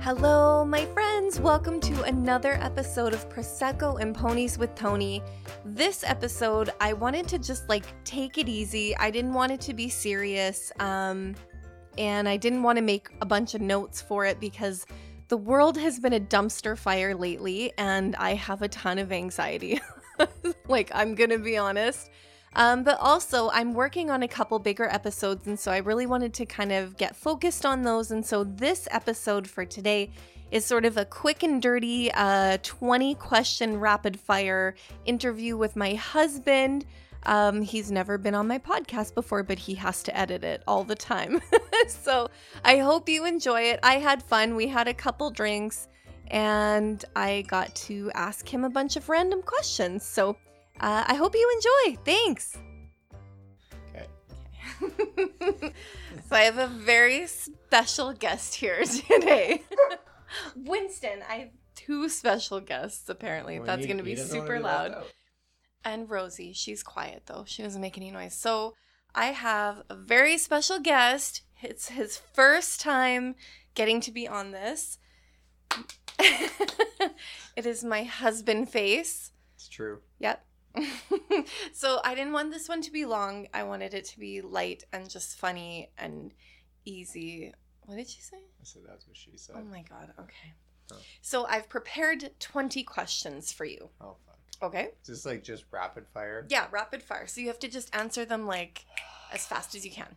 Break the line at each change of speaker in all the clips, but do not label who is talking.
Hello, my friends. Welcome to another episode of Prosecco and Ponies with Tony. This episode, I wanted to just like take it easy. I didn't want it to be serious. Um, and I didn't want to make a bunch of notes for it because the world has been a dumpster fire lately and I have a ton of anxiety. like, I'm going to be honest. Um, but also, I'm working on a couple bigger episodes, and so I really wanted to kind of get focused on those. And so, this episode for today is sort of a quick and dirty uh, 20 question rapid fire interview with my husband. Um, he's never been on my podcast before, but he has to edit it all the time. so, I hope you enjoy it. I had fun. We had a couple drinks, and I got to ask him a bunch of random questions. So, uh, I hope you enjoy. Thanks.
Okay.
so I have a very special guest here today, Winston. I have two special guests apparently.
Well,
That's
he-
going to
he
be
doesn't wanna
super
do that,
loud.
though.
And Rosie, she's quiet though. She doesn't make any noise. So I have a very special guest. It's his first time getting to be on this. it is my husband face.
It's true.
Yep. so I didn't want this one to be long. I wanted it to be light and just funny and easy. What did she say?
I said that's what she said.
Oh my god. Okay.
Oh.
So I've prepared 20 questions for you.
Oh fuck.
Okay?
Is this like just rapid fire?
Yeah, rapid fire. So you have to just answer them like as fast as you can.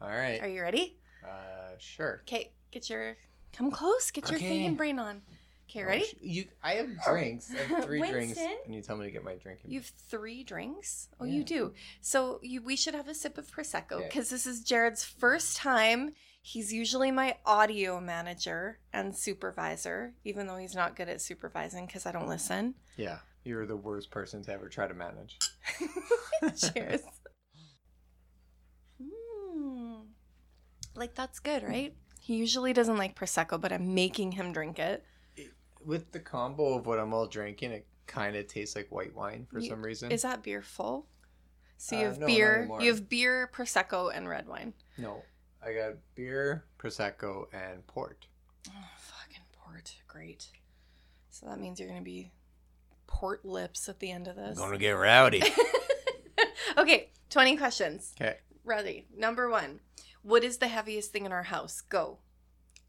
All
Are
right.
you ready?
Uh, sure.
Okay, get your come close, get your
Okay.
thinking brain on. Okay,
Oh,
ready?
sh- you. I have drinks. I have three drinks,
Winston?
and you tell me to get my drink. in-
You have three drinks. Oh,
Yeah.
you do. So you, we should have a sip of prosecco
Okay.
because this is Jared's first time. He's usually my audio manager and supervisor, even though he's not good at supervising because I don't listen.
Yeah. You're the worst person to ever try to manage.
Cheers. Hmm. Like that's good,
Hmm.
right? He usually doesn't like prosecco, but I'm making him drink it.
With the combo of what I'm all drinking, it kind of tastes like white wine for
You-
some reason.
Is that beer full? So you
Uh,
have
no, not
beer,
anymore.
you have beer, prosecco, and red wine.
No. I got beer, prosecco, and port.
Oh, fucking port. Great. So that means you're going to be port lips at the end of this.
get rowdy.
okay, 20 questions.
Okay.
Ready. Number one What is the heaviest thing in our house? Go.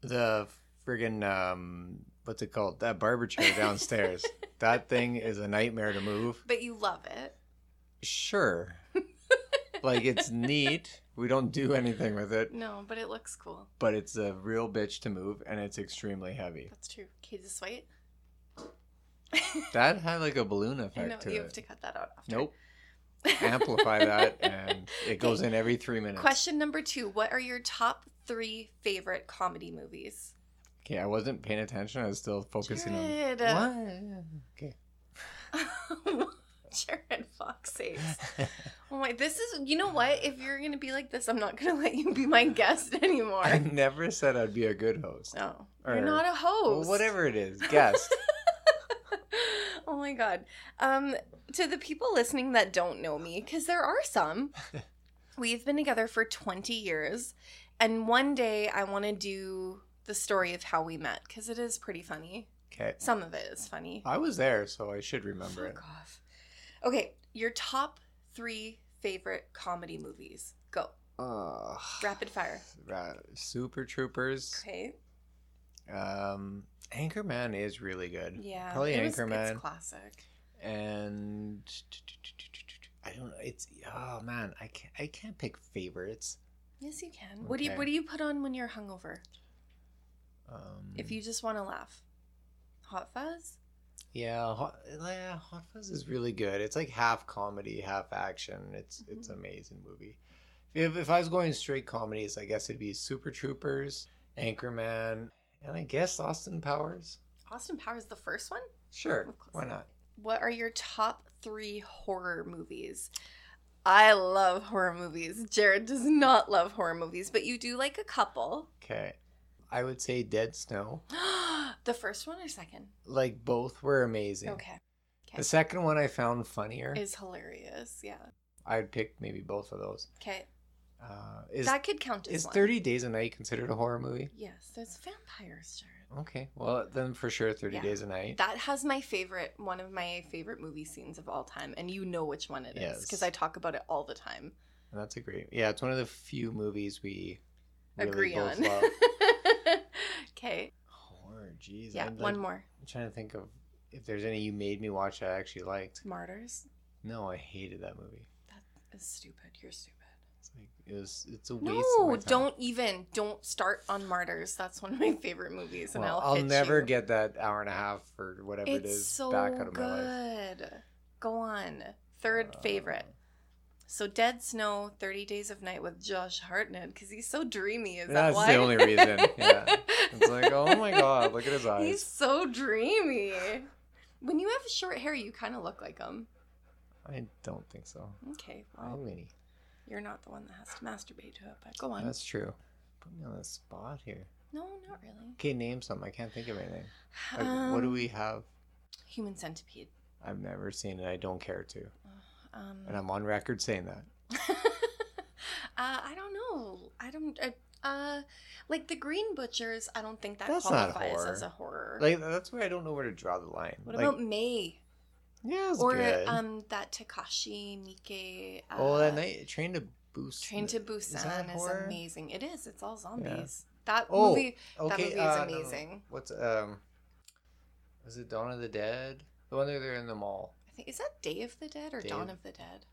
the friggin' um what's it called that barber chair downstairs that thing is a nightmare to move
But you love it.
sure like it's neat we don't do anything with it
No, but it looks cool.
but it's a real bitch to move and it's extremely heavy
That's true. Okay, just wait.
that had like a balloon
I know
effect to
you
it
have to cut that out. After.
nope amplify that and it goes in every three minutes
Question number two What are your top three favorite comedy movies?
okay i wasn't paying attention i was still focusing
Jared.
on what
Jared Fox sakes.
okay
Oh my, this is, you know what? If you're going to be like this, I'm not going to let you be my guest anymore.
i never said i'd be a good host
No.
Or-
you're not a
Well,
host.
whatever it is guest
oh my God. Um, to the people listening that don't know me, because there are some, we've been together for 20 years. And one day I want to do the story of how we met because it is pretty funny.
okay
Some of it is funny.
I was there, so I should remember it.
Fuck off. Okay, your top three favorite comedy movies. Go.
Ugh.
Rapid fire.
Ra- Super Troopers.
Okay.
Um, Anchorman is really good,
Yeah.
Probably
it was-
Anchorman.
It's classic.
and I don't know. It's oh man, I can't. I can't pick favorites.
Yes, you can. What do you
Okay.
What do you put on when you're hungover?
Um,
If you just want to laugh, hot fuzz.
yeah, hot, yeah, Hot Fuzz is really good. It's like half comedy, half action. It's it's
Mhm.
an amazing movie. If if I was going straight comedies, I guess it'd be Super Troopers, Anchorman, and I guess Austin Powers.
Austin Powers, the first one.
Sure,
Of course.
why not?
What are your top three horror movies? I love horror movies. Jared does not love horror movies, but you do like a couple.
Okay. I would say Dead Snow.
the first one or second?
Like both were amazing.
Okay,
The second one I found funnier.
is hilarious. Yeah.
I'd pick maybe both of those.
Okay.
Uh, is
that could count as
is
one.
Thirty Days a Night considered a horror movie?
Yes, there's vampires. Jared.
Okay, well then for sure Thirty
Yeah.
Days a Night.
That has my favorite, one of my favorite movie scenes of all time, and you know which one it is because
Yes.
I talk about it all the time.
And that's a great. Yeah, it's one of the few movies we really
Agree
both
on.
love.
okay.
horror, jeez.
Yeah,
I'm, like,
one more.
I'm trying to think of if there's any you made me watch that I actually liked.
Martyrs.
No, I hated that movie.
It's stupid. You're stupid.
It's like it was. It's a waste. of my
No,
time.
don't even. Don't start on Martyrs. That's one of my favorite movies, and
Well,
I'll,
I'll,
hit
never
you.
get that hour and a half or whatever
It's
it is
so
back out of
good.
my life.
Go on. Third
Uh,
favorite. So Dead Snow, Thirty Days of Night with Josh Hartnett, because he's so dreamy. Is that
That's the
why?
only reason, yeah. It's like, oh my god, look at his eyes.
He's so dreamy. When you have short hair, you kind of look like him.
I don't think so.
Okay,
I
well,
have any.
you're not the one that has to masturbate to it, but go on.
That's true. Put me on the spot here.
No, not really.
Okay, name some. I can't think of anything. Like, what do
Um,
we have?
Human Centipede.
I've never seen it. I don't care to,
Um,
and I'm on record saying that.
uh, I don't know. I don't. I, uh, like the Green Butchers, I don't think that
That's not
qualifies
horror.
as a horror.
Like that's where I don't know where to draw the line.
what
like,
about May
yeah, it's
or
good.
um that Takashi Miike? Uh,
oh, that night train to boost.
Train to
that
Busan is,
horror?
amazing. It is. It's all zombies. That
Oh,
movie.
Okay,
movie is
uh, no,
amazing.
What's um, was it Dawn of the Dead? The one where they're in the mall.
I think is that Day of the Dead or
Day
Dawn
of-
of the Dead?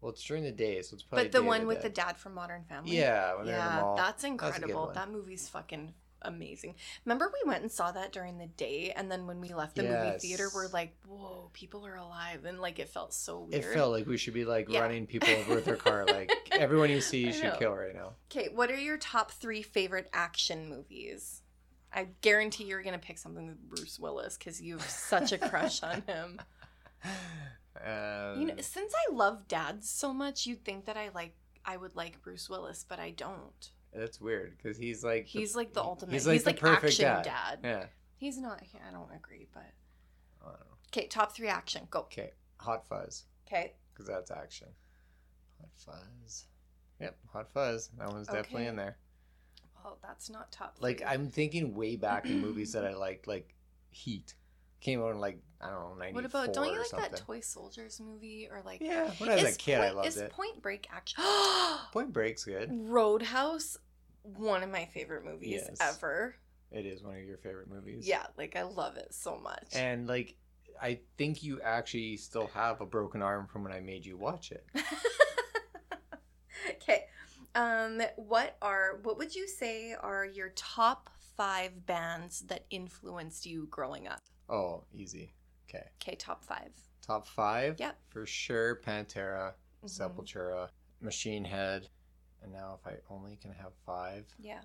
Well, it's during the day, so it's probably.
But the
Day of
one with
Dead.
the dad from Modern Family.
Yeah, when they're in the
Yeah,
mall.
that's
good
incredible.
one.
that movie's fucking amazing. Remember we went and saw that during the day and then when we left the movie
Yes.
theater we're like, "Whoa, people are alive." And like it felt so
it
weird.
felt like we should be like
Yeah.
running people over with their car. Like everyone you see,
I
you should
know.
kill right now.
Okay, what are your top 3 favorite action movies? I guarantee you're going to pick something with Bruce Willis cuz you have such a crush on him.
Um,
You know, since I love dads so much, you'd think that I like I would like Bruce Willis, but I don't.
that's weird because he's like. the-
He's like the
he-
ultimate.
He's like the perfect
action
dad.
dad.
yeah.
He's not. I don't agree, but
I don't know.
Okay, top three action. Go.
Okay, Hot Fuzz
Okay.
because that's action. Hot Fuzz. Yep, Hot Fuzz. That one's definitely
Okay.
in there.
Well, that's not top three.
Like I'm thinking way back in movies that I liked, like Heat, came out in like I don't know ninety.
What about? Don't you like
something.
that Toy Soldiers movie or like?
Yeah, when I was
Is
a kid, I
point,
loved
is
it.
Point Mm. Break action?
Point Break's good.
Roadhouse, one of my favorite movies
Yes.
ever.
It is one of your favorite movies.
Yeah, like I love it so much.
And like, I think you actually still have a broken arm from when I made you watch it.
okay. Um, what are what would you say are your top five bands that influenced you growing up?
Oh, easy. Okay.
Okay, top 5
Top five.
Yep.
For sure, Pantera,
Mhm.
Sepultura, Machine Head, and now if I only can have five.
Yeah,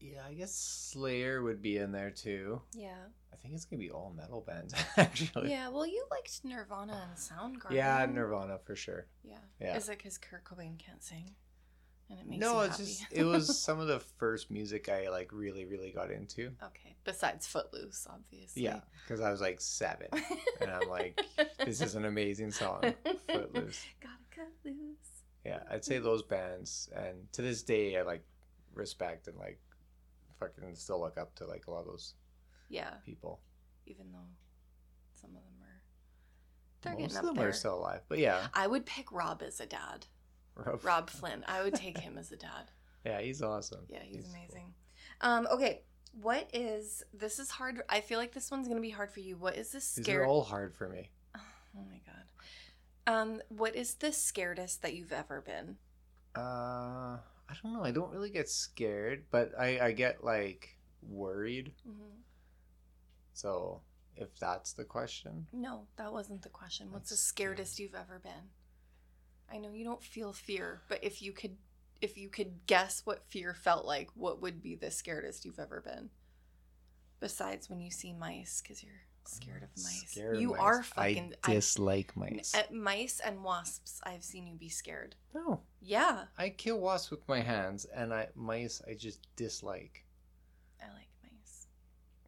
Yeah, I guess Slayer would be in there too.
yeah,
I think it's gonna be all metal bands actually.
yeah. Well, you liked Nirvana and Soundgarden.
Oh, Yeah, Nirvana for sure.
Yeah.
Yeah.
Is it because Kurt Cobain can't sing? And it makes
no,
you
it's
happy?
just it was some of the first music I like really really got into.
okay. Besides Footloose, obviously.
Yeah, because I was like seven, and I'm like, this is an amazing song, Footloose.
Gotta cut loose.
Yeah, I'd say those bands, and to this day, I like respect and like fucking still look up to like a lot of those
Yeah,
people.
even though some of them are they're
Most
getting
of
up
them
there.
are still alive, but yeah,
I would pick Rob as a dad.
Rob.
Rob Flynn. I would take him as a dad.
Yeah, he's awesome.
Yeah, he's,
cool.
amazing. Um, okay. What is this is hard I feel like this one's gonna be hard for you. What is the
These
scare
are all hard for me.
Oh my god. Um, what is the scaredest that you've ever been?
Uh, I don't know. I don't really get scared, but I I get like worried.
hmm
So if that's the question,
No, that wasn't the question. What's
That's
the
scary.
scaredest you've ever been? I know you don't feel fear, but if you could if you could guess what fear felt like, what would be the scaredest you've ever been? Besides when you see mice cuz you're scared of mice.
Scared of
you
mice.
are fucking uh,
I dislike mice.
At mice and wasps, I've seen you be scared.
no,
Yeah,
I kill wasps with my hands, and I mice I just dislike.
I like mice.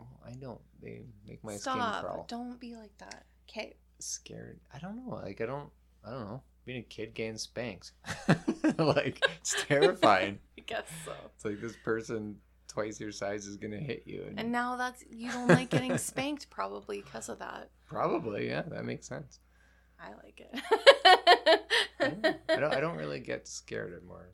Oh, I don't. They make my skin
Stop!
crawl.
Don't be like that. Okay.
Scared. I don't know. Like I don't. I don't know. being a kid getting spanked. like it's terrifying.
I guess so.
It's like this person twice your size is gonna hit you, and,
And now that's you don't like getting spanked probably because of that.
probably yeah, that makes sense.
I like it.
I don't, I don't- I don't really get scared anymore.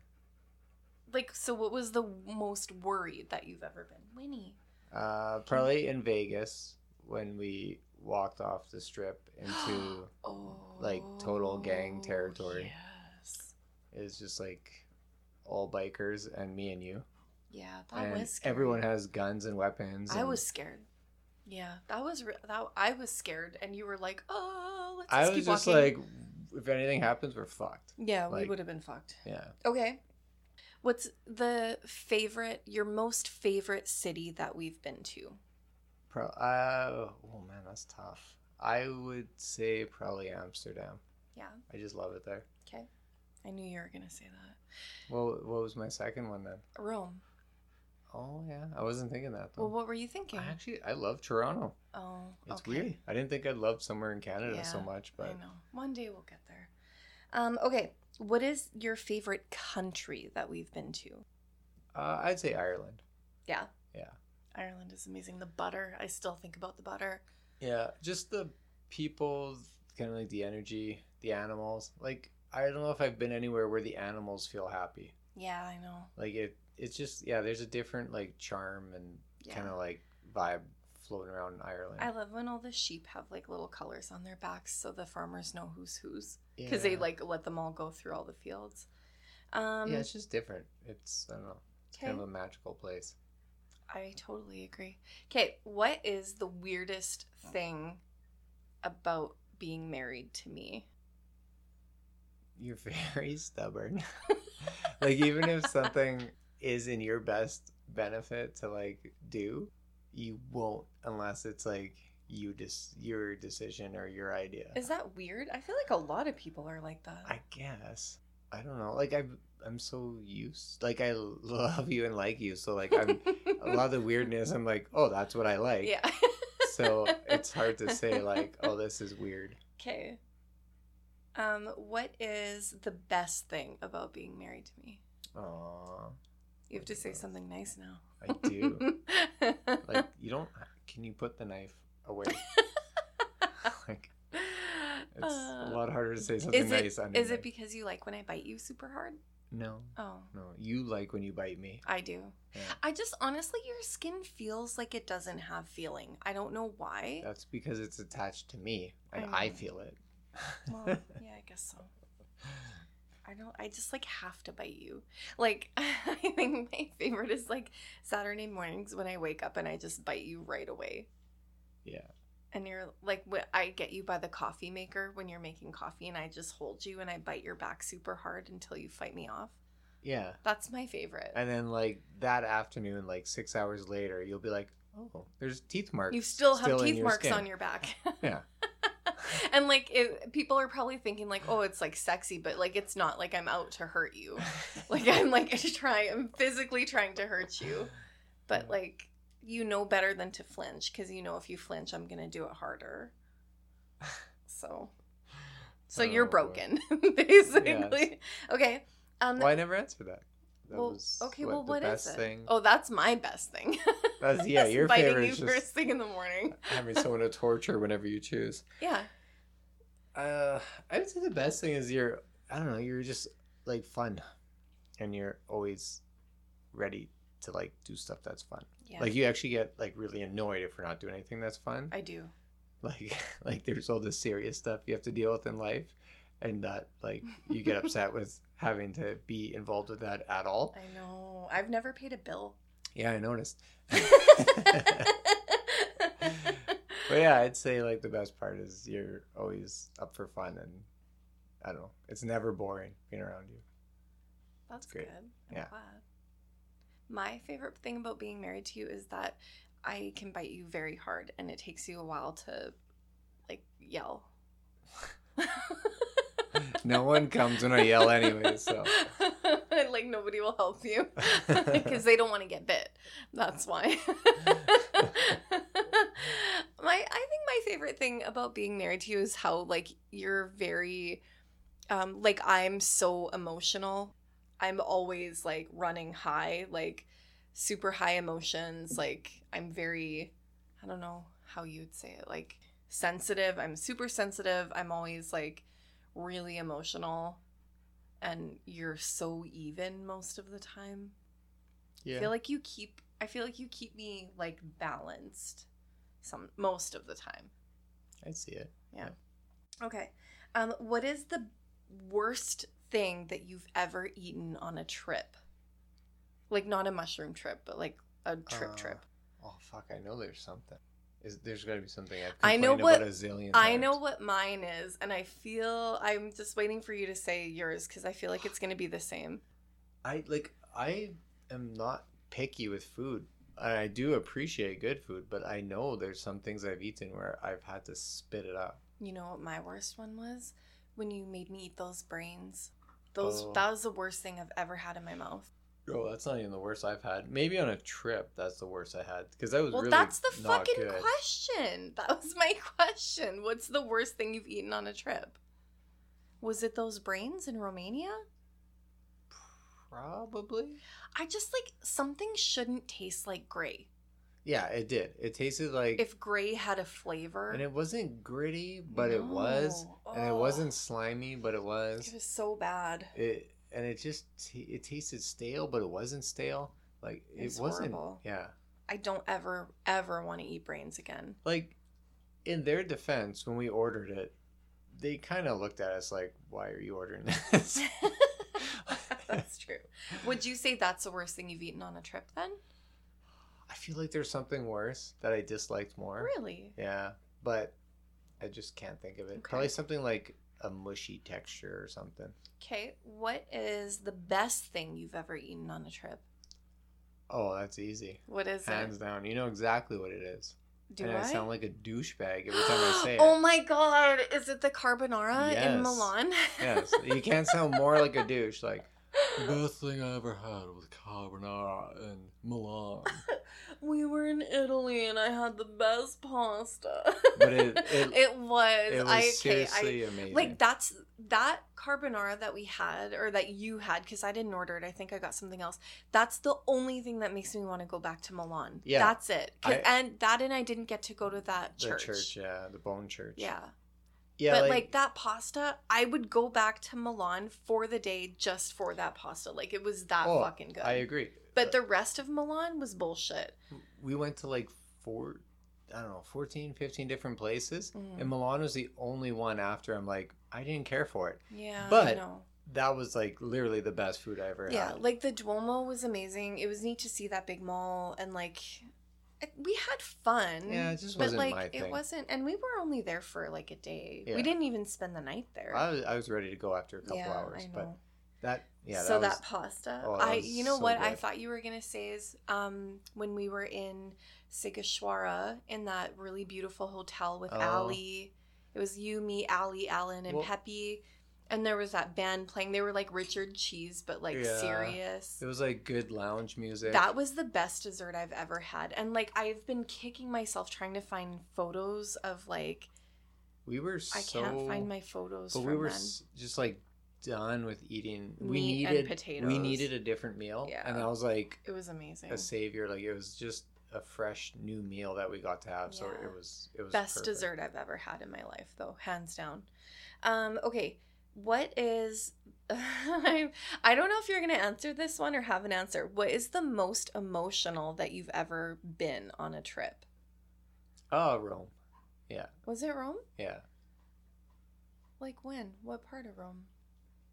Like, so what was the most worried that you've ever been? Winnie.
Uh, probably in Vegas when we walked off the strip into
Oh.
like, total gang territory.
Yes.
it was just like all bikers and me and you.
Yeah, that
and
was scary.
everyone has guns and weapons.
I
and
was scared. Yeah, that was re- that. I was scared, and you were like, "Oh, let's
I
just
was
keep
just
walking."
like, if anything happens, we're fucked.
yeah, we
like-
would have been fucked.
Yeah.
Okay. What's the favorite, your most favorite city that we've been to?
Pro. Uh, oh man, that's tough. I would say probably Amsterdam.
Yeah.
I just love it there.
Okay. I knew you were gonna say that.
Well, what was my second one then?
Rome.
Oh yeah, I wasn't thinking that. Though.
Well, what were you thinking?
Oh. I actually, I love Toronto.
oh,
It's
okay.
weird. I didn't think I'd love somewhere in Canada so
Yeah,
much,
I
but
know. One day we'll get there. Um, okay. What is your favorite country that we've been to?
uh, I'd say Ireland.
Yeah.
Yeah.
Ireland is amazing. The butter. I still think about the butter.
Yeah, just the people, kind of like the energy, the animals. Like I don't know if I've been anywhere where the animals feel happy.
Yeah, I know.
Like it, it's just yeah. There's a different like charm and
Yeah.
kind of like vibe floating around in Ireland.
I love when all the sheep have like little colors on their backs so the farmers know who's whose.
yeah.
because they like let them all go through all the fields. Um,
yeah, it's just different. It's I don't know, it's kind of
okay.
a magical place.
I totally agree. Okay, what is the weirdest thing about being married to me?
You're very stubborn. like even if something is in your best benefit to like do, you won't unless it's like you just your decision or your idea.
Is that weird? I feel like a lot of people are like that.
I guess. I don't know. Like I'm I'm so used like I love you and like you. So like I'm a lot of the weirdness I'm like, "Oh, that's what I like."
yeah.
So it's hard to say like, "Oh, this is weird."
Okay. Um, what is the best thing about being married to me?
Aw,
You have to say something nice now.
I do. like you don't can you put the knife away like it's a lot harder to say something
Uh, is it,
nice on
is
a
it
knife.
because you like when I bite you super hard?
no
Oh,
no you like when you bite me
I do.
Yeah.
I just honestly, your skin feels like it doesn't have feeling. I don't know why.
that's because it's attached to me and
I
i,
know.
feel it
Well, yeah, I guess so. I don't. I just like have to bite you. Like I think my favorite is like Saturday mornings when I wake up and I just bite you right away.
yeah
And you're like, when I get you by the coffee maker when you're making coffee, and I just hold you and I bite your back super hard until you fight me off.
yeah
That's my favorite.
and then like that afternoon like six hours later you'll be like oh there's teeth marks
You still have
in
teeth
your
marks
skin."
on your back.
Yeah.
and like it, people are probably thinking like, "Oh, it's like sexy," but like it's not like I'm out to hurt you. Like I'm like trying I'm physically trying to hurt you.
Mm.
But like you know better than to flinch cuz you know if you flinch I'm going to do it harder. So So you're
Oh, boy.
broken basically. Okay. Um
well i never answered that that
well,
was
okay, well,
the
what is
best
it?
thing
Oh, that's my best thing.
that's yeah
Just
your
biting
favorite
you
is
first
just
thing in the morning.
having someone to torture whenever you choose
Yeah.
Uh, I would say the best thing is you're. I don't know. You're just like fun, and you're always ready to like do stuff that's fun.
Yeah.
Like you actually get like really annoyed if we're not doing anything that's fun.
I do.
Like like there's all this serious stuff you have to deal with in life, and that like you get upset with having to be involved with that at all.
I know. I've never paid a bill.
Yeah, I noticed.
yeah,
But yeah, I'd say like the best part is you're always up for fun, and I don't know. It's never boring being around you.
that's
great.
good. I'm
Yeah.
glad. My favorite thing about being married to you is that I can bite you very hard, and it takes you a while to like yell.
No one comes when I yell anyway, so.
like nobody will help you because they don't want to get bit. That's why. my I think my favorite thing about being married to you is how like you're very um like i'm so emotional i'm always like running high like super high emotions like i'm very i don't know how you would say it like sensitive i'm super sensitive i'm always like really emotional and you're so even most of the time
Yeah.
i feel like you keep i feel like you keep me like balanced some most of the time
I see it.
Okay. Um, what is the worst thing that you've ever eaten on a trip? Like not a mushroom trip, but like a trip
Uh,
trip.
Oh fuck! I know there's something. Is there's gotta be something I've
I
complained
know what-
about a zillion. Times.
I know what mine is, and I feel I'm just waiting for you to say yours because I feel like it's gonna be the same.
I like. I am not picky with food. and I do appreciate good food, but I know there's some things I've eaten where I've had to spit it up.
You know what my worst one was? When you made me eat those brains. Those
Oh.
that was the worst thing I've ever had in my mouth.
Oh, that's not even the worst I've had. Maybe on a trip, that's the worst I had because that was
Well,
really
that's the
not
fucking
good.
question. That was my question. What's the worst thing you've eaten on a trip? Was it those brains in Romania?
Probably.
I just like something shouldn't taste like gray.
Yeah, it did. It tasted like,
If gray had a flavor,
and it wasn't gritty, but it was,
No.
and it
Ugh.
wasn't slimy, but it was.
It was so bad.
it and it just t- it tasted stale, but it wasn't stale. Like it
It's
wasn't.
horrible.
Yeah,
I don't ever ever want to eat brains again.
like in their defense, when we ordered it, they kind of looked at us like, "Why are you ordering this?"
that's true. Would you say that's the worst thing you've eaten on a trip then?
I feel like there's something worse that I disliked more.
Really?
Yeah, but I just can't think of it.
Okay.
Probably something like a mushy texture or something.
Okay, what is the best thing you've ever eaten on a trip?
Oh, that's easy.
What is
Hands
it?
down, you know exactly what it is.
Do
and I?
I?
sound like a douchebag every time I say it.
Oh my god, is it the carbonara
Yes.
in Milan?
Yes, you can't sound more like a douche. Like the best thing I ever had was carbonara in Milan.
we were in Italy and I had the best pasta.
But it- it-
was.
It was
I, okay, I,
seriously amazing.
like that's that carbonara that we had or that you had because I didn't order it. I think I got something else. That's the only thing that makes me want to go back to Milan.
Yeah.
that's it. 'Cause-
I-
and that and I didn't get to go to that
the
church.
church. yeah, the Bone Church.
Yeah.
yeah,
but like,
like,
that pasta, I would go back to Milan for the day just for that pasta. Like it was that
Oh,
fucking good.
I agree. Uh,
But the rest of Milan was bullshit.
we went to like four, I don't know, 14, 15 different places,
Mhm.
and Milan was the only one. After I'm like, I didn't care for it.
Yeah, I
But-
know.
That was like literally the best food I ever
Yeah,
had.
like the Duomo was amazing. It was neat to see that big mall, and like it- we had fun.
Yeah, it just
but
wasn't
like
my
it
thing.
wasn't, and we were only there for like a day.
Yeah.
We didn't even spend the night there.
I was, I was ready to go after a couple
yeah,
hours,
I know.
but that yeah,
so
that,
that
was,
pasta,
oh, that
I
was
you know
so
what I
good.
thought you were gonna say is um when we were in Sigishwara in that really beautiful hotel with
Oh.
Ali, it was you, me, Ali, Alan, and
Well-
Peppy, and there was that band playing. They were like Richard Cheese, but like
Yeah.
serious.
it was like good lounge music.
That was the best dessert I've ever had, and like I've been kicking myself trying to find photos of like
we were
I
so
can't find my photos.
But
from
we were
then.
s just like done with eating. we
Meat and
needed We
potatoes.
needed a different meal,
Yeah.
and I was like
It was amazing.
a savior. Like it was just a fresh new meal that we got to have. So
Yeah.
it was it was
best
perfect.
dessert I've ever had in my life, though, hands down. Um, okay, what is I I don't know if you're gonna answer this one or have an answer. What is the most emotional that you've ever been on a trip?
Oh, Rome. Yeah,
Was it Rome?
yeah.
Like when? What part of Rome?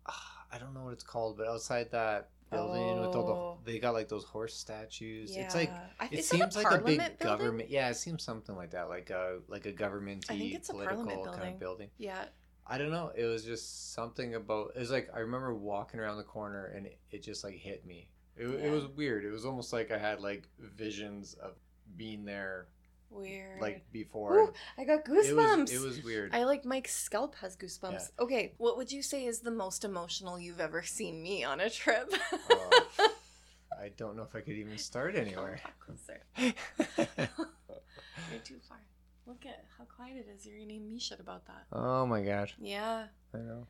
Ah, I don't know what it's called, but outside that building with all
Oh.
the they got like those horse statues. It's like
I,
it
is that
seems like a big
parliament building?
government. Yeah, it seems something like that, like a like a governmenty
it's a
political
parliament
kind
building.
of building.
Yeah,
I don't know. It was just something about. It was like I remember walking around the corner and it, it just like hit me. It, w it
Yeah.
was weird. It was almost like I had like visions of being there
weird.
like before.
Ooh, I got
and it
goosebumps.
was it was weird.
I like Mike's scalp has goosebumps. Okay, what would you say is the most emotional you've ever seen me on a trip?
Oh, I don't know if I could even start anywhere.
Come closer. You're too far. Look at how quiet it is. You're gonna need me shit about that.
oh my gosh!
Yeah.
I know.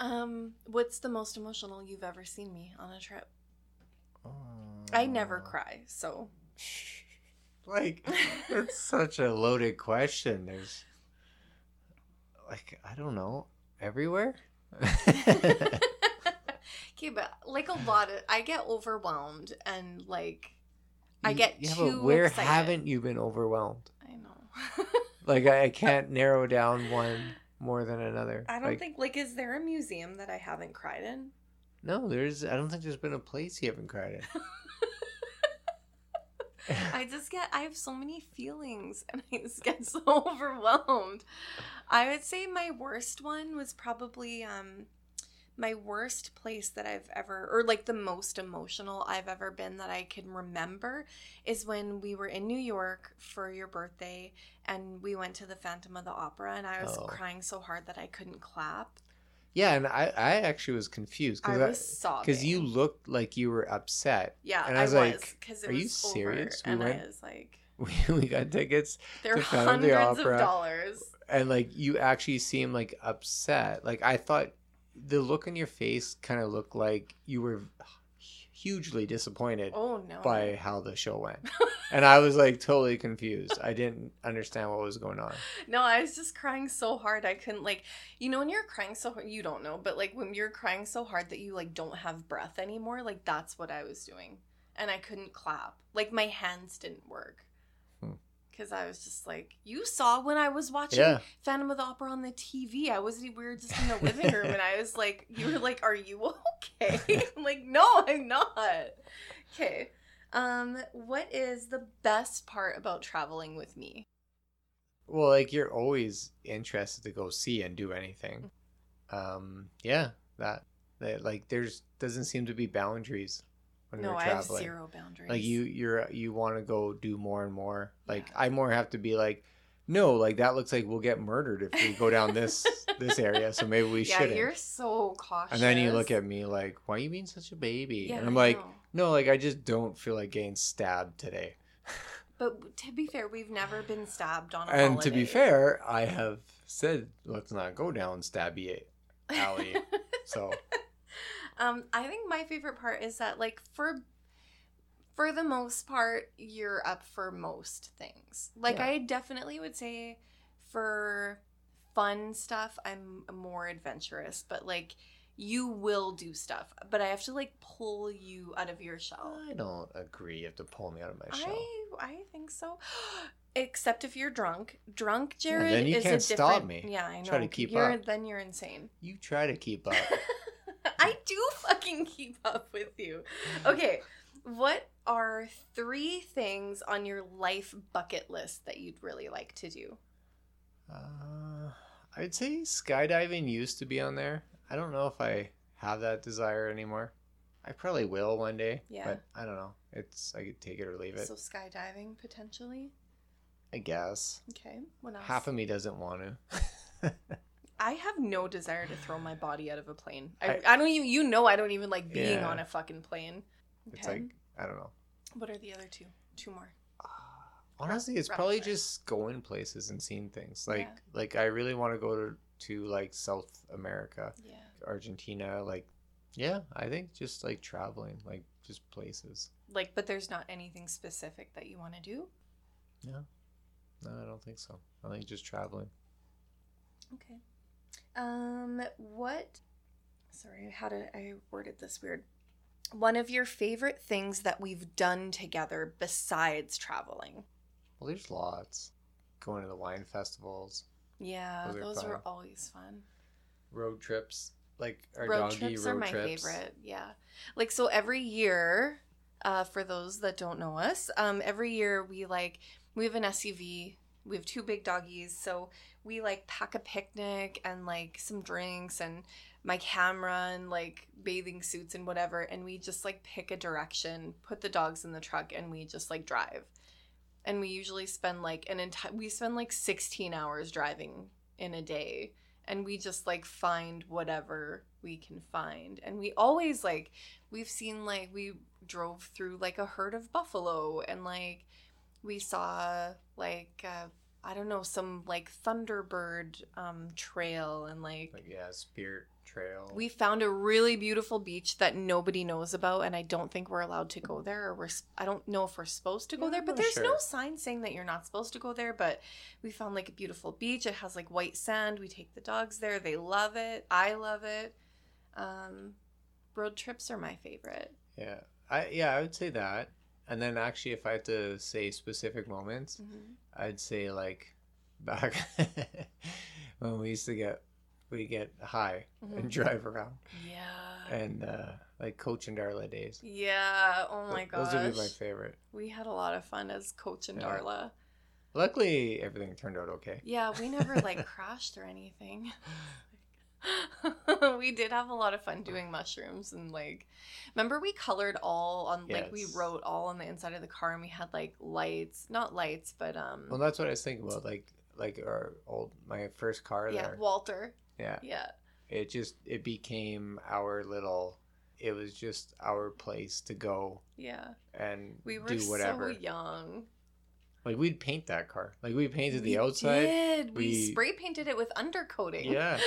Um, what's the most emotional you've ever seen me on a trip? I never
Aw.
cry, so
Oh. Like, that's such a loaded question. There's, like, I don't know, everywhere?
Okay, but like a lot of I get overwhelmed and like I
You-
get
yeah,
too
but where
excited.
haven't you been overwhelmed?
I know.
Like, I, I can't narrow down one more than another.
I don't
Like,
think like is there a museum that I haven't cried in?
No, there's. I don't think there's been a place you haven't cried in.
I just get I have so many feelings and I just get so overwhelmed. I would say my worst one was probably um my worst place that I've ever or like the most emotional I've ever been that I can remember is when we were in New York for your birthday and we went to the Phantom of the Opera and I was
Oh.
crying so hard that I couldn't clap.
yeah, and I, I actually was confused
I was
because
sobbing.
because you looked like you were upset.
Yeah,
and I
I was,
was like,
cuz it
"Are you
was over,"
serious? We
and I
went-
was like
We, we got tickets,
there were
to Phantom of the
hundreds of
Opera.
dollars.
and like you actually seemed like upset. Like I thought, the look on your face kind of looked like you were hugely disappointed
Oh no.
by how the show went, and I was like totally confused. I didn't understand what was going on.
No, I was just crying so hard I couldn't like you know when you're crying so hard you don't know, but like when you're crying so hard that you like don't have breath anymore, like that's what I was doing. And I couldn't clap. Like my hands didn't work.
Hmm.
Cause I was just like, you saw when I was watching
Yeah,
Phantom of the Opera on the TV. I wasn't. e-, We were just in the living room, and I was like, "You were like, are you okay?" I'm like, "No, I'm not." Okay. Um, what is the best part about traveling with me?
Well, like you're always interested to go see and do anything.
Mm-hmm.
Um, yeah, that, that like there's doesn't seem to be boundaries when
no,
you're
I have
traveling.
zero boundaries.
Like you, you're you want to go do more and more. Like
Yeah.
I more have to be like, no, like that looks like we'll get murdered if we go down this this area. So maybe we
yeah,
shouldn't.
you're so cautious.
And then you look at me like, why are you being such a baby?
Yeah,
and I'm
I
like,
know.
no, like I just don't feel like getting stabbed today.
But to be fair, we've never been stabbed on a
and to
holiday.
be fair, I have said let's not go down stabby alley. So
um, I think my favorite part is that like for for the most part, you're up for most things. Like
Yeah.
I definitely would say for fun stuff, I'm more adventurous, but like you will do stuff, but I have to like pull you out of your shell.
I don't agree. You have to pull me out of my shell.
Oh. I I think so. Except if you're drunk. Drunk
Yeah,
Jared
then you
is
can't
a
stop
different,
me.
Yeah, I know.
Try to keep
you're,
up.
Then you're insane.
You try to keep up.
I do fucking keep up with you. Okay, what are three things on your life bucket list that you'd really like to do?
uh, I'd say skydiving used to be on there. I don't know if I have that desire anymore. I probably will one day.
Yeah.
But I don't know. It's I could take it or leave it.
So skydiving potentially.
I guess.
Okay, what else?
Half of me doesn't want to.
I have no desire to throw my body out of a plane. I, I, don't even. You know, I don't even like being
Yeah.
on a fucking plane.
It's
Okay.
like I don't know.
what are the other two? Two more.
honestly it's
rough
probably
life.
just going places and seeing things like
Yeah.
like i really want to go to, to like south america
Yeah.
argentina like yeah i think just like traveling like just places
Like, but there's not anything specific that you want to do.
no i don't think so i think just traveling
Okay. Um, what? Sorry, how did I worded this weird? One of your favorite things that we've done together besides traveling.
well there's lots going to the wine festivals
Yeah,
Those are
those were
fun.
always fun.
road trips like our
road
doggy
trips
road
are my
trips
favorite. Yeah, like so every year, uh, for those that don't know us, um, every year we like we have an SUV. We have two big doggies, so we like pack a picnic and like some drinks and my camera and like bathing suits and whatever, and we just like pick a direction, put the dogs in the truck, and we just like drive. And we usually spend like an entire we spend like sixteen hours driving in a day and we just like find whatever we can find and we always like we've seen like we drove through like a herd of buffalo and like we saw like uh I don't know, some like Thunderbird um, trail and like
Like yeah, Spirit Trail.
we found a really beautiful beach that nobody knows about and I don't think we're allowed to go there or we're s- I don't know if we're supposed to go
Yeah,
there,
I'm
but
not
there's no
sure.
sign saying that you're not supposed to go there, but we found like a beautiful beach. It has like white sand. We take the dogs there. They love it. I love it. Um road trips are my favorite.
yeah, I yeah, I would say that. And then actually, if I had to say specific moments, I'd say like back when we used to get we get high
Mhm.
and drive around
Yeah.
and uh like Coach and Darla days.
Yeah. Oh my
Th-
gosh.
those would be my favorite.
We had a lot of fun as Coach and
Yeah.
Darla.
Luckily, everything turned out okay.
Yeah, we never like crashed or anything. we did have a lot of fun doing mushrooms and like remember we colored all on like we
Yes.
wrote all on the inside of the car and we had like lights, not lights, but um
Well, that's what I was thinking about. Like, like our old my first car
yeah,
there.
Walter.
yeah,
Yeah.
it just it became our little. It was just our place to go
Yeah.
and
We were
do whatever.
so young.
Like we'd paint that car. Like we painted the
We
outside.
Did. We,
we-
spray painted it with undercoating.
Yeah.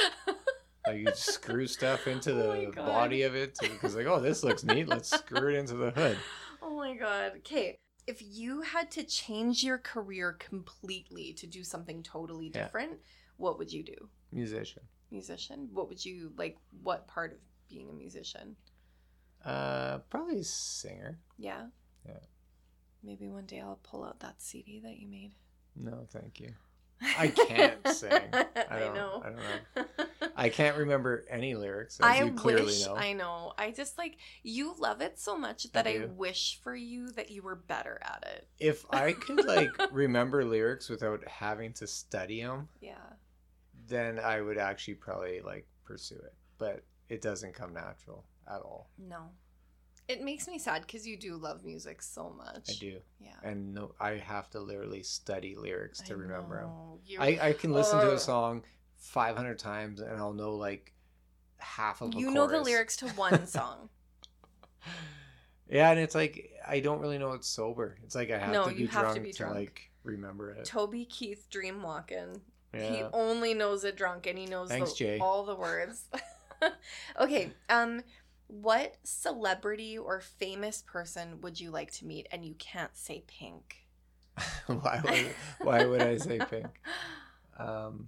Like you screw stuff into
Oh my
the
God.
body of it because like oh this looks neat. Let's screw it into the hood.
Oh my god. Okay. If you had to change your career completely to do something totally
Yeah.
different, what would you do?
Musician.
Musician? What would you like what part of being a musician?
Uh, probably singer.
Yeah.
Yeah.
Maybe one day I'll pull out that CD that you made.
No, thank you. I can't sing. I don't-
know.
I
don't know.
I can't remember any lyrics. As
I
you clearly
wish
know.
I know. I just like you love it so much that I
do.
wish for you that you were better at it.
If I could like remember lyrics without having to study them,
Yeah.
then I would actually probably like pursue it. But it doesn't come natural at all.
No. It makes me sad because you do love music so much.
I do,
Yeah.
and no, I have to literally study lyrics to remember them.
them.
I, I can listen to
Ugh.
a song 500 times and I'll know like half of. A
you know the
chorus.
lyrics to one song.
Yeah, and it's like I don't really know it's sober. It's like I have
No,
to be
you have to
drunk
be
to,
drunk.
like remember it.
Toby Keith dream walking. He
Yeah.
only knows it drunk and he knows
Thanks,
the-
Jay.
all the words. okay, um what celebrity or famous person would you like to meet and you can't say pink?
why would why would I say pink? Um,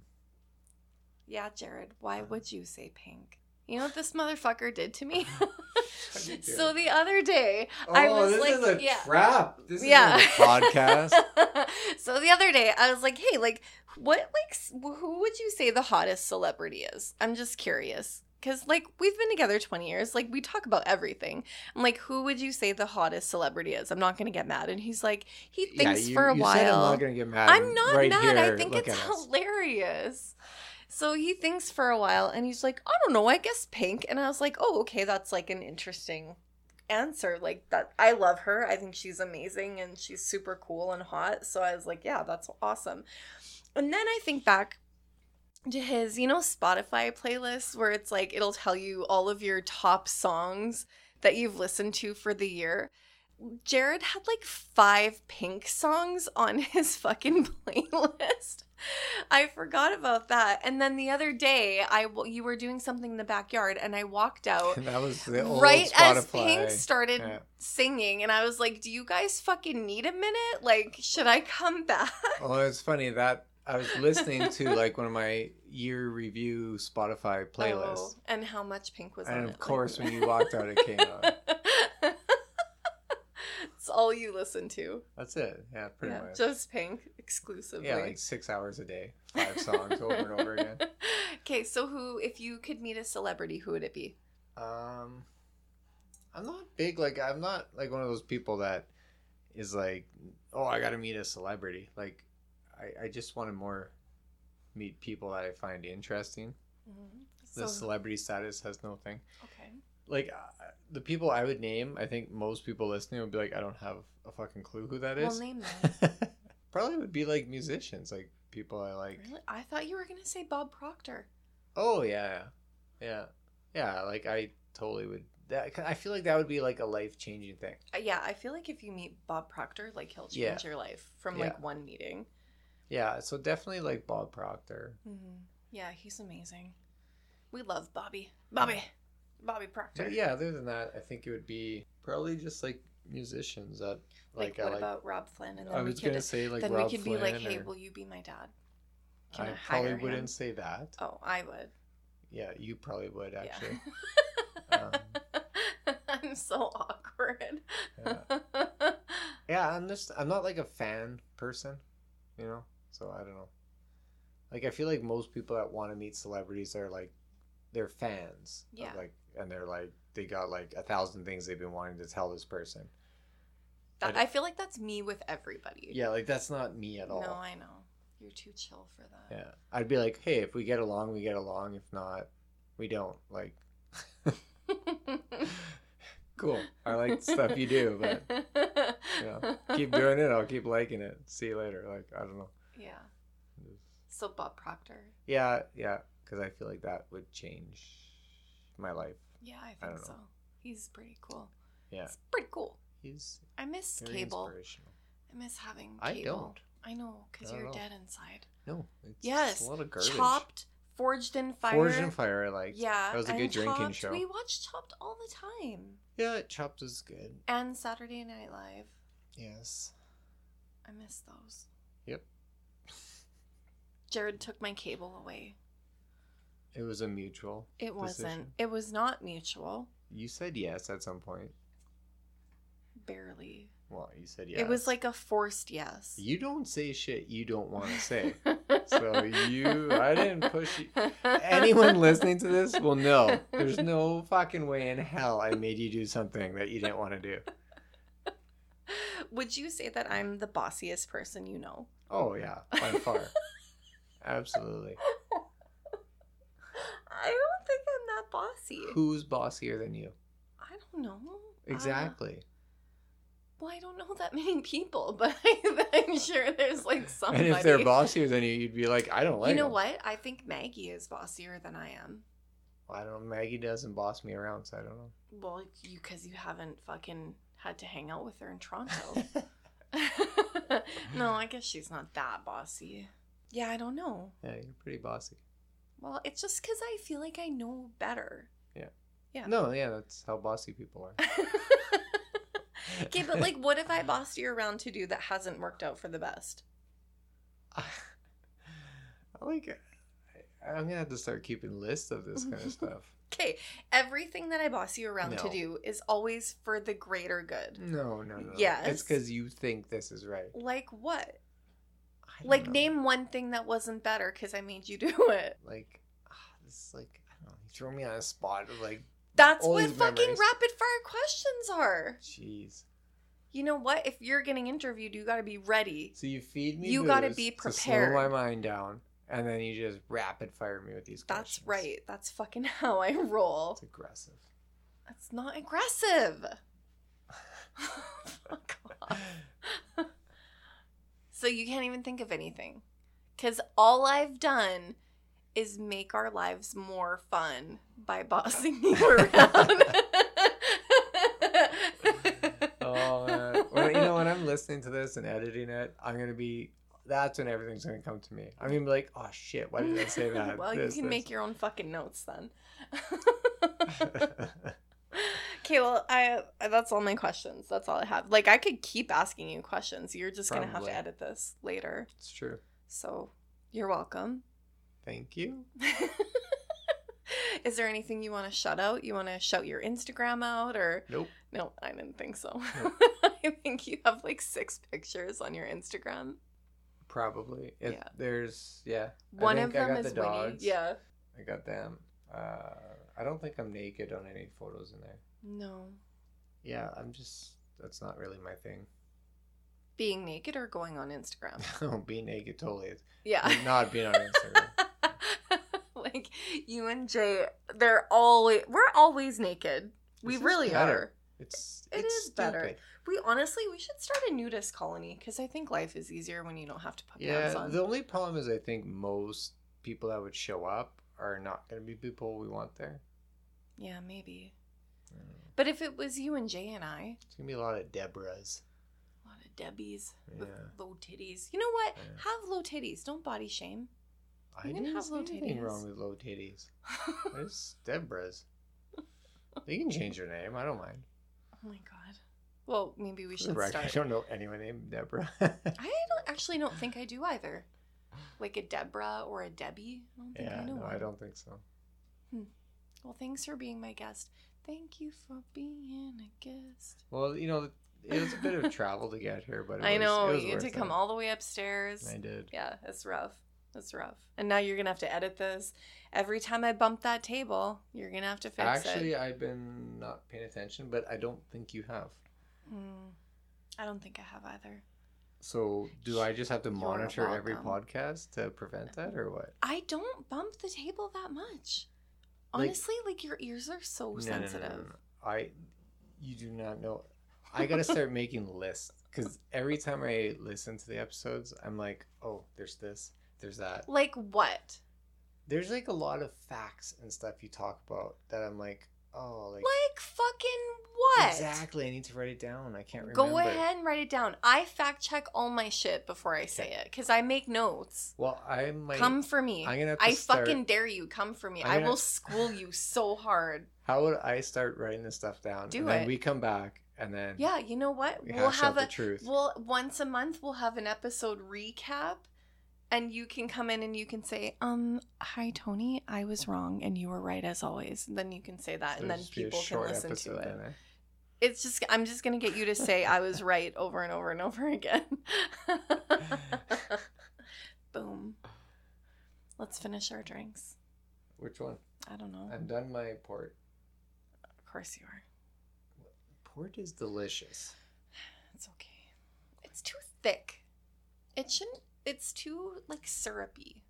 Yeah, Jared, why
Uh-huh.
would you say pink? You know what this motherfucker did to me? so the other day, I
Oh,
was like, yeah.
trap. This
Yeah.
isn't a podcast.
so the other day, I was like, "Hey, like, what, like, s- who would you say the hottest celebrity is?" I'm just curious because, like, we've been together 20 years. Like, we talk about everything. I'm like, "Who would you say the hottest celebrity is?" I'm not gonna get mad. And he's like, he
Yeah,
thinks
you-
for a
you
while.
Said I'm not gonna get mad.
I'm not
right
mad.
here,
I think
look
it's
at us.
hilarious. So he thinks for a while and he's like, I don't know, I guess pink. And I was like, oh, okay, that's like an interesting answer. Like that I love her. I think she's amazing and she's super cool and hot. So I was like, yeah, that's awesome. And then I think back to his, you know, Spotify playlist where it's like it'll tell you all of your top songs that you've listened to for the year. Jared had like five pink songs on his fucking playlist. I forgot about that. And then the other day, I w- you were doing something in the backyard, and I walked out
that was the old
right
Spotify.
as Pink started
Yeah.
singing, and I was like, "Do you guys fucking need a minute? Like, should I come back?"
Oh, it's funny that I was listening to like one of my year review Spotify playlists,
Oh, and how much Pink was on
and
it,
of
like-
course, when you walked out, it came on.
it's all you listen to.
That's it. Yeah, pretty
Yeah,
much.
just Pink exclusively.
yeah, like six hours a day, five songs over and over again.
Okay, so who, if you could meet a celebrity, who would it be?
Um, I'm not big. Like I'm not like one of those people that is like, oh, I got to meet a celebrity. Like, I I just want to more meet people that I find interesting. Mm-hmm. The celebrity status has no thing.
okay.
Like uh, the people I would name, I think most people listening would be like, I don't have a fucking clue who that
Well,
is.
name them.
Probably would be like musicians, like people I like.
really? I thought you were gonna say Bob Proctor.
Oh yeah, yeah, yeah. Like I totally would. That I feel like that would be like a life changing thing.
Uh, yeah, I feel like if you meet Bob Proctor, like he'll change
Yeah.
your life from
Yeah.
like one meeting.
Yeah, so definitely like Bob Proctor.
Mhm. Yeah, he's amazing. We love Bobby. Bobby. Bobby Proctor.
Mm. But yeah, other than that, I think it would be probably just like musicians that
Like,
like,
what
I like.
about Rob Flynn? And then
I
we
was
could
gonna say like
then
Rob
we could
Flynn
be like, hey,
or-
will you be my dad? Can I,
I
hire
probably
him?
wouldn't say that.
Oh, I would.
Yeah, you probably would
Yeah.
actually. Um,
I'm so awkward.
Yeah. yeah, I'm just I'm not like a fan person, you know. So I don't know. Like I feel like most people that want to meet celebrities are like they're fans. of,
Yeah.
like and they're like they got like a thousand things they've been wanting to tell this person.
That-
I-
I feel like that's me with everybody.
Yeah, like that's not me at all.
No, I know. You're too chill for that.
Yeah. I'd be like, hey, if we get along, we get along. If not, we don't. Like, cool. I like the stuff you do, but
but
yeah. keep doing it. I'll keep liking it. See you later. Like, I don't know.
Yeah. So Bob Proctor.
Yeah, yeah. Because I feel like that would change my life.
Yeah, I think
I don't know.
so. He's pretty cool.
Yeah.
It's pretty cool.
He's
I miss
very
cable.
inspirational.
I miss having cable.
I don't.
I know, because
Not at
you're
all.
dead inside.
No. It's
Yes,
It's a lot of garbage.
Chopped, Forged in Fire.
Forged and Fire, I liked.
Yeah.
That was a
and
good drinking
Chopped.
show.
We watched Chopped all the time.
Yeah, Chopped was good.
And Saturday Night Live.
Yes.
I miss those.
Yep.
Jared took my cable away.
It was a mutual.
It wasn't.
Decision.
It was not mutual.
You said yes at some point.
Barely.
Well, you said yes.
It was like a forced yes.
You don't say shit you don't want to say. So you- I didn't push you- Anyone listening to this will know there's no fucking way in hell I made you do something that you didn't want to do.
Would you say that I'm the bossiest person you know?
Oh, yeah, by far. Absolutely.
I don't think I'm that bossy.
Who's bossier than you?
I don't know. Uh,
Exactly.
well, I don't know that many people, but I'm sure there's like somebody.
And if they're bossier than you, you'd be like, I don't like
you know
'em.
what? I think Maggie is bossier than I am.
I don't know. Maggie doesn't boss me around, so I don't know.
Well, you because you haven't fucking had to hang out with her in Toronto. no, I guess she's not that bossy. Yeah, I don't know.
yeah, you're pretty bossy.
Well, it's just because I feel like I know better. Yeah.
No, yeah, that's how bossy people are.
okay, but like, what if I bossed you around to do that hasn't worked out for the best?
I like I- I'm gonna have to start keeping lists of this kind of stuff.
Okay, everything that I boss you around to
No. Mm.
do is always for the greater good.
No, no, no.
Yes.
It's because you think this is right.
Like what?
I don't
Like
know.
name one thing that wasn't better because I made you do it.
Like ah, this is like I don't know. You threw me on a spot of like
That's
All
what
these
fucking
memories.
rapid fire questions are.
jeez.
You know what? If you're getting interviewed, you got to be ready.
So you feed me.
You gotta
booze
be
to
prepared.
slow my mind down, and then you just rapid fire me with these.
That's
questions.
right. That's fucking how I
It's
roll.
aggressive.
That's not aggressive. Fuck
Oh,
off. So you can't even think of anything. Because all I've done is make our lives more fun by bossing you around.
oh man. When, you know when I'm listening to this and editing it, I'm gonna be. That's when everything's gonna come to me. I'm gonna be like, oh shit, why did I say that?
well,
This,
you can
this.
make your own fucking notes then. okay, well, I that's all my questions. That's all I have. Like I could keep asking you questions. You're just gonna have
Probably.
to edit this later.
it's true.
So you're welcome.
Thank you.
Is there anything you want to shout out? You want to shout your Instagram out or
Nope.
no? I didn't think so.
Nope.
I think you have like six pictures on your Instagram.
Probably. If
Yeah.
There's yeah. I
One of
think I
them
got
is
the
Winnie.
dogs.
Yeah.
I got them. Uh, I don't think I'm naked on any photos in there.
No.
Yeah, I'm just. That's not really my thing.
Being naked or going on Instagram.
No, being naked totally is
Yeah.
not being on Instagram.
like you and Jay, they're always we're always naked. We
This is
really
better.
are.
It's
It
it's
is better.
stupid.
We honestly, we should start a nudist colony because I think life is easier when you don't have to put pants
Yeah,
on.
the only problem is I think most people that would show up are not going to be people we want there.
yeah, maybe.
I don't know.
Mm. But if it was you and Jay and I,
It's going to be a lot of Deborahs.
A lot of Debbie's with
Yeah.
low titties. You know what?
Yeah.
Have low titties. Don't body shame.
I
You can
didn't
have
see
low
anything
titties.
wrong with low titties.
Oh
There's Deborah's. You can change your name. I don't mind.
Oh my god. Well, maybe we
For the
should
record, I
start.
don't know anyone named Deborah.
I don't actually don't think I do either. Like a Deborah or a Debbie. I don't think
yeah,
I know.
no, I
one.
don't think so.
Well, thanks for being my guest. Thank you for being a guest.
Well, you know, it was a bit of travel to get here, but it
I
was-
know
it was
you had to
worth
come
it.
all the way upstairs.
I did.
Yeah, it's rough. It's rough. And now you're gonna have to edit this. Every time I bump that table, you're gonna have to fix
Actually,
it.
I've been not paying attention, but I don't think you have.
Hmm. I don't think I have either.
So, do I just have to
You're
monitor every
welcome.
podcast to prevent that, or what?
I don't bump the table that much.
Like-
Honestly, like, your ears are so
No, no, no, no,
sensitive.
no. I, you do not know. I gotta start making lists because every time I listen to the episodes, I'm like, oh, there's this, there's that.
Like what?
There's like a lot of facts and stuff you talk about that I'm like, oh, like,
Like fucking what?
exactly. I need to write it down. I can't remember.
Go ahead and write it down. I fact check all my shit before I say it because I make notes.
Well, I might.
Come for me.
I'm gonna have to
I
start-
fucking dare you. Come for me.
I'm
I
gonna-
will school you so hard.
How would I start writing this stuff down?
Do
and then
it.
we come back and then
Yeah, you know what?
we
We'll
hash out
have
the
a
truth.
well once a month we'll have an episode recap and you can come in and you can say, "Um, hi Tony, I was wrong and you were right as always." Then you can say that and then
There'll just be a
people can
short
listen to
episode
it.
then, eh?
It's just I'm just gonna get you to say I was right over and over and over again. Boom. Let's finish our drinks.
Which one?
I don't know.
I've done my port.
Of course you are.
Port is delicious.
It's okay. It's too thick. It shouldn't. It's too like syrupy.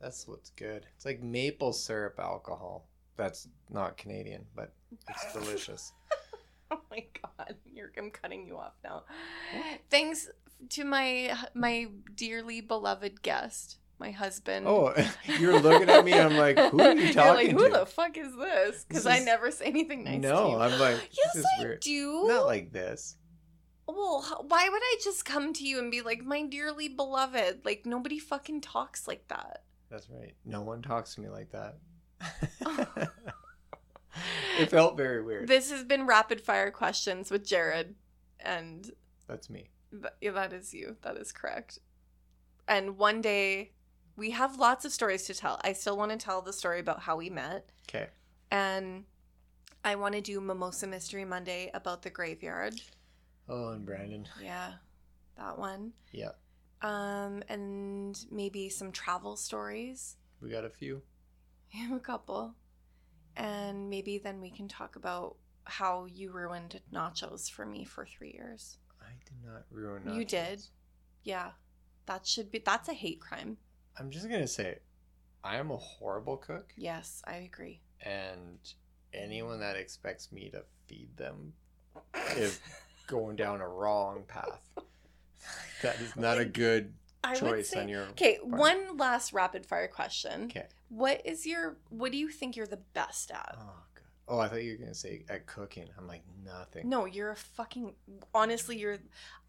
That's what's good. It's like maple syrup alcohol. That's not Canadian, but it's delicious.
Oh my god, You're, I'm cutting you off now. Thanks to my my dearly beloved guest, my husband.
oh, you're looking at me. I'm like, who are you
You're like,
talking
who
to?
the fuck is this? Because
This
I
is-
never say anything nice to you.
no, I'm like,
yes,
this is
I
weird.
do.
Not like this.
well, h- why would I just come to you and be like, my dearly beloved? Like nobody fucking talks like that.
That's right. No one talks to me like that. it felt very weird.
This has been rapid fire questions with Jared, and
That's me.
Th- yeah, that is you. That is correct. And one day, we have lots of stories to tell. I still want to tell the story about how we met,
Okay.
and I want to do Mimosa Mystery Monday about the graveyard.
Oh, and Brandon.
Yeah, that one.
Yeah,
Um, and maybe some travel stories.
we got a few.
We have a couple, and maybe then we can talk about how you ruined nachos for me for three years.
I did not ruin.
You
nachos.
did. Yeah, that should be. That's a hate crime.
I'm just gonna say, I am a horrible cook,
Yes, I agree.
and anyone that expects me to feed them is going down a wrong path. that is not a good
I would
choice
say.
on your.
okay,
part.
one last rapid fire question.
Okay.
What is your? What do you think you're the best
Oh
at?
god. Oh, I thought you were gonna say at cooking. I'm like nothing.
No, you're a fucking. Honestly, you're.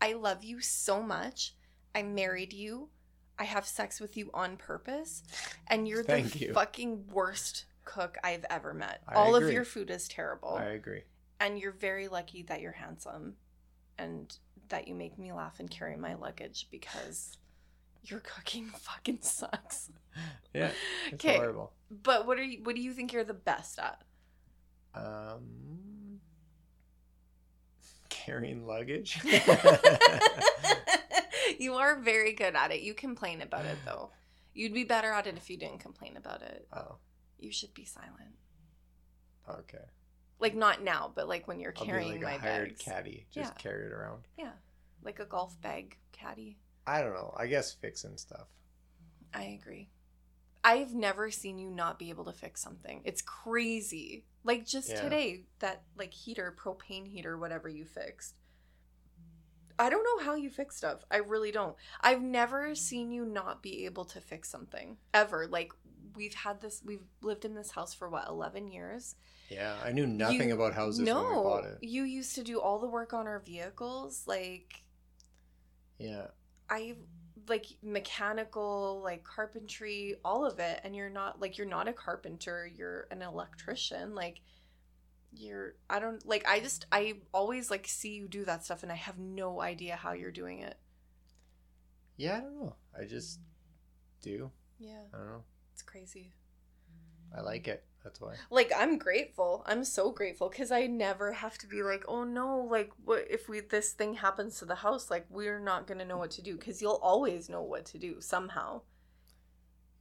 I love you so much. I married you. I have sex with you on purpose, and you're
Thank
the
you.
fucking worst cook I've ever met.
I
All of
agree.
your food is terrible,
I agree.
and you're very lucky that you're handsome, and that you make me laugh and carry my luggage because your cooking fucking sucks.
Yeah, it's
Okay.
horrible.
But what are you? What do you think you're the best at?
Um, carrying luggage.
you are very good at it. You complain about it though. You'd be better at it if you didn't complain about it.
oh,
You should be silent.
okay.
Like not now, but like when you're
I'll be
carrying
like
my
a hired
bags.
caddy, just
Yeah.
carry it around.
Yeah, like a golf bag caddy.
I don't know. I guess fixing stuff.
I agree. I've never seen you not be able to fix something. It's crazy. Like just
Yeah.
today, that like heater, propane heater, whatever you fixed. I don't know how you fix stuff. I really don't. I've never seen you not be able to fix something ever. Like we've had this, we've lived in this house for what, 11 years?
Yeah, I knew nothing
You-
about houses when we bought it.
you used to do all the work on our vehicles. Like
Yeah.
I like mechanical, like carpentry, all of it. And you're not like, you're not a carpenter, you're an electrician. Like, you're, I don't like, I just, I always like see you do that stuff and I have no idea how you're doing it.
Yeah, I don't know. I just do.
Yeah.
I don't know.
It's crazy.
I like it. That's why.
Like, I'm grateful. I'm so grateful because I never have to be like, oh no, like, what if we, this thing happens to the house? Like, we're not going to know what to do because you'll always know what to do somehow.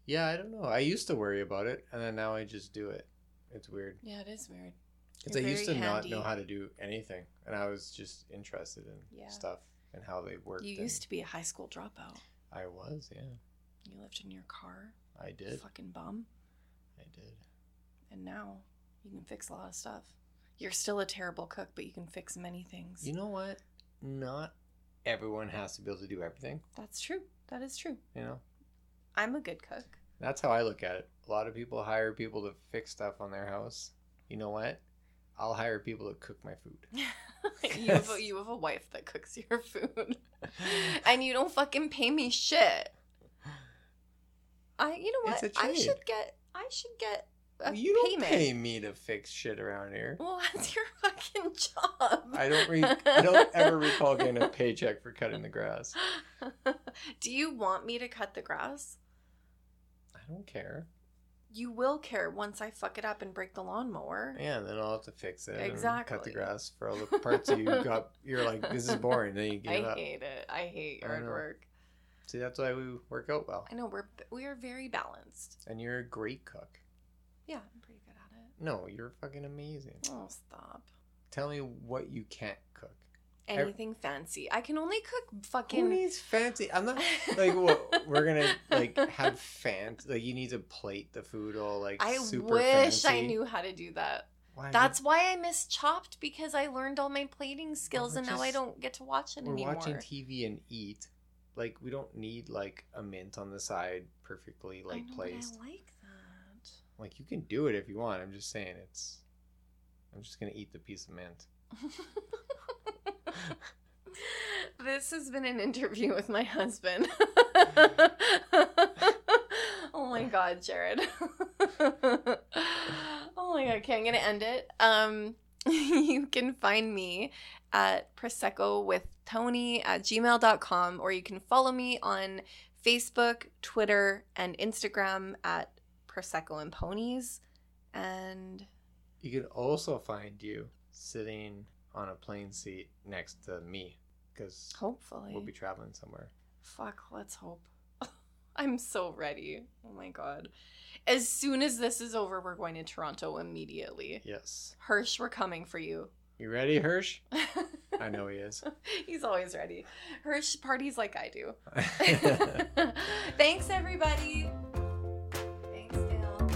Yeah, I don't know. I used to worry about it, and then now I just do it. It's weird
Yeah, it is weird.
because I
You're
used to
very
not know
handy.
how to do anything, and I was just interested in
Yeah.
stuff and how they worked.
You
and-
used to be a high school dropout.
I was, yeah.
You lived in your car,
I did.
fucking bum.
I did.
And now you can fix a lot of stuff. You're still a terrible cook, but you can fix many things.
You know what? Not everyone has to be able to do everything.
That's true. That is true.
You know,
I'm a good cook.
that's how I look at it. A lot of people hire people to fix stuff on their house. You know what? I'll hire people to cook my food.
you, have a, you have a wife that cooks your food. and you don't fucking pay me shit. I you know
It's
what?
a
I
trade.
should get I should get a
you don't
payment.
pay me to fix shit around here.
Well, that's your fucking job.
I don't re- I don't ever recall getting a paycheck for cutting the grass.
Do you want me to cut the grass?
I don't care.
You will care once I fuck it up and break the lawnmower.
Yeah, and then I'll have to fix it. And cut
Exactly.
the grass for all the parts that you got. You're like, this is boring. Then you give
I
up.
hate it. I hate
I
yard
know.
work.
See, that's why we work out well.
I know we're we are very balanced.
And you're a great cook.
Yeah, I'm pretty good at it.
No, you're fucking amazing.
Oh, stop.
Tell me what you can't cook. Ev-
Anything fancy. I can only cook
Who
fucking
needs fancy? I'm not like what we're gonna like have fancy. Like you need to plate the food all like
I
super
wish I
fancy.
knew how to do that.
Why?
That's why I miss Chopped because I learned all my plating skills
we're
and now I
just-
don't get to watch it
we're
anymore.
watching TV and eat. Like we don't need like a mint on the side, perfectly
I
like
know, but
placed.
I like that.
Like you can do it if you want. I'm just saying it's. I'm just gonna eat the piece of mint.
this has been an interview with my husband. oh my god, Jared. oh my god, okay, I'm gonna end it. Um you can find me at Prosecco with Tony at gmail.com or you can follow me on Facebook, Twitter, and Instagram at Prosecco and Ponies. And
You can also find you sitting on a plane seat next to me because
hopefully
we'll be traveling somewhere.
Fuck, let's hope. I'm so ready. Oh my god. As soon as this is over, we're going to Toronto immediately.
Yes.
Hirsch, we're coming for you.
You ready, Hirsch? I know he is.
He's always ready. Hirsch parties like I do. Thanks, everybody. Thanks, Dale.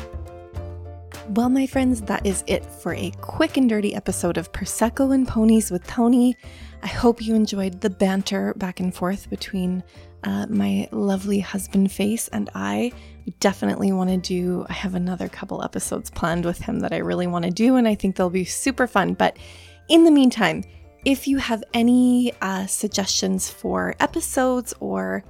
Well, my friends, that is it for a quick and dirty episode of Prosecco and Ponies with Tony. I hope you enjoyed the banter back and forth between uh, my lovely husband face and I. I definitely want to do, I have another couple episodes planned with him that I really want to do, and I think they'll be super fun. But in the meantime, if you have any uh, suggestions for episodes or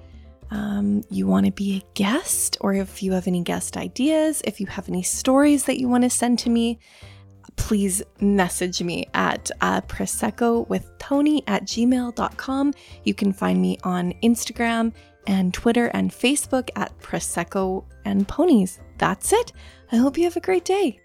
um, you want to be a guest, or if you have any guest ideas, if you have any stories that you want to send to me, please message me at uh, prosecco with tony at gmail.com. You can find me on Instagram and Twitter and Facebook at prosecco and ponies. That's it. I hope you have a great day.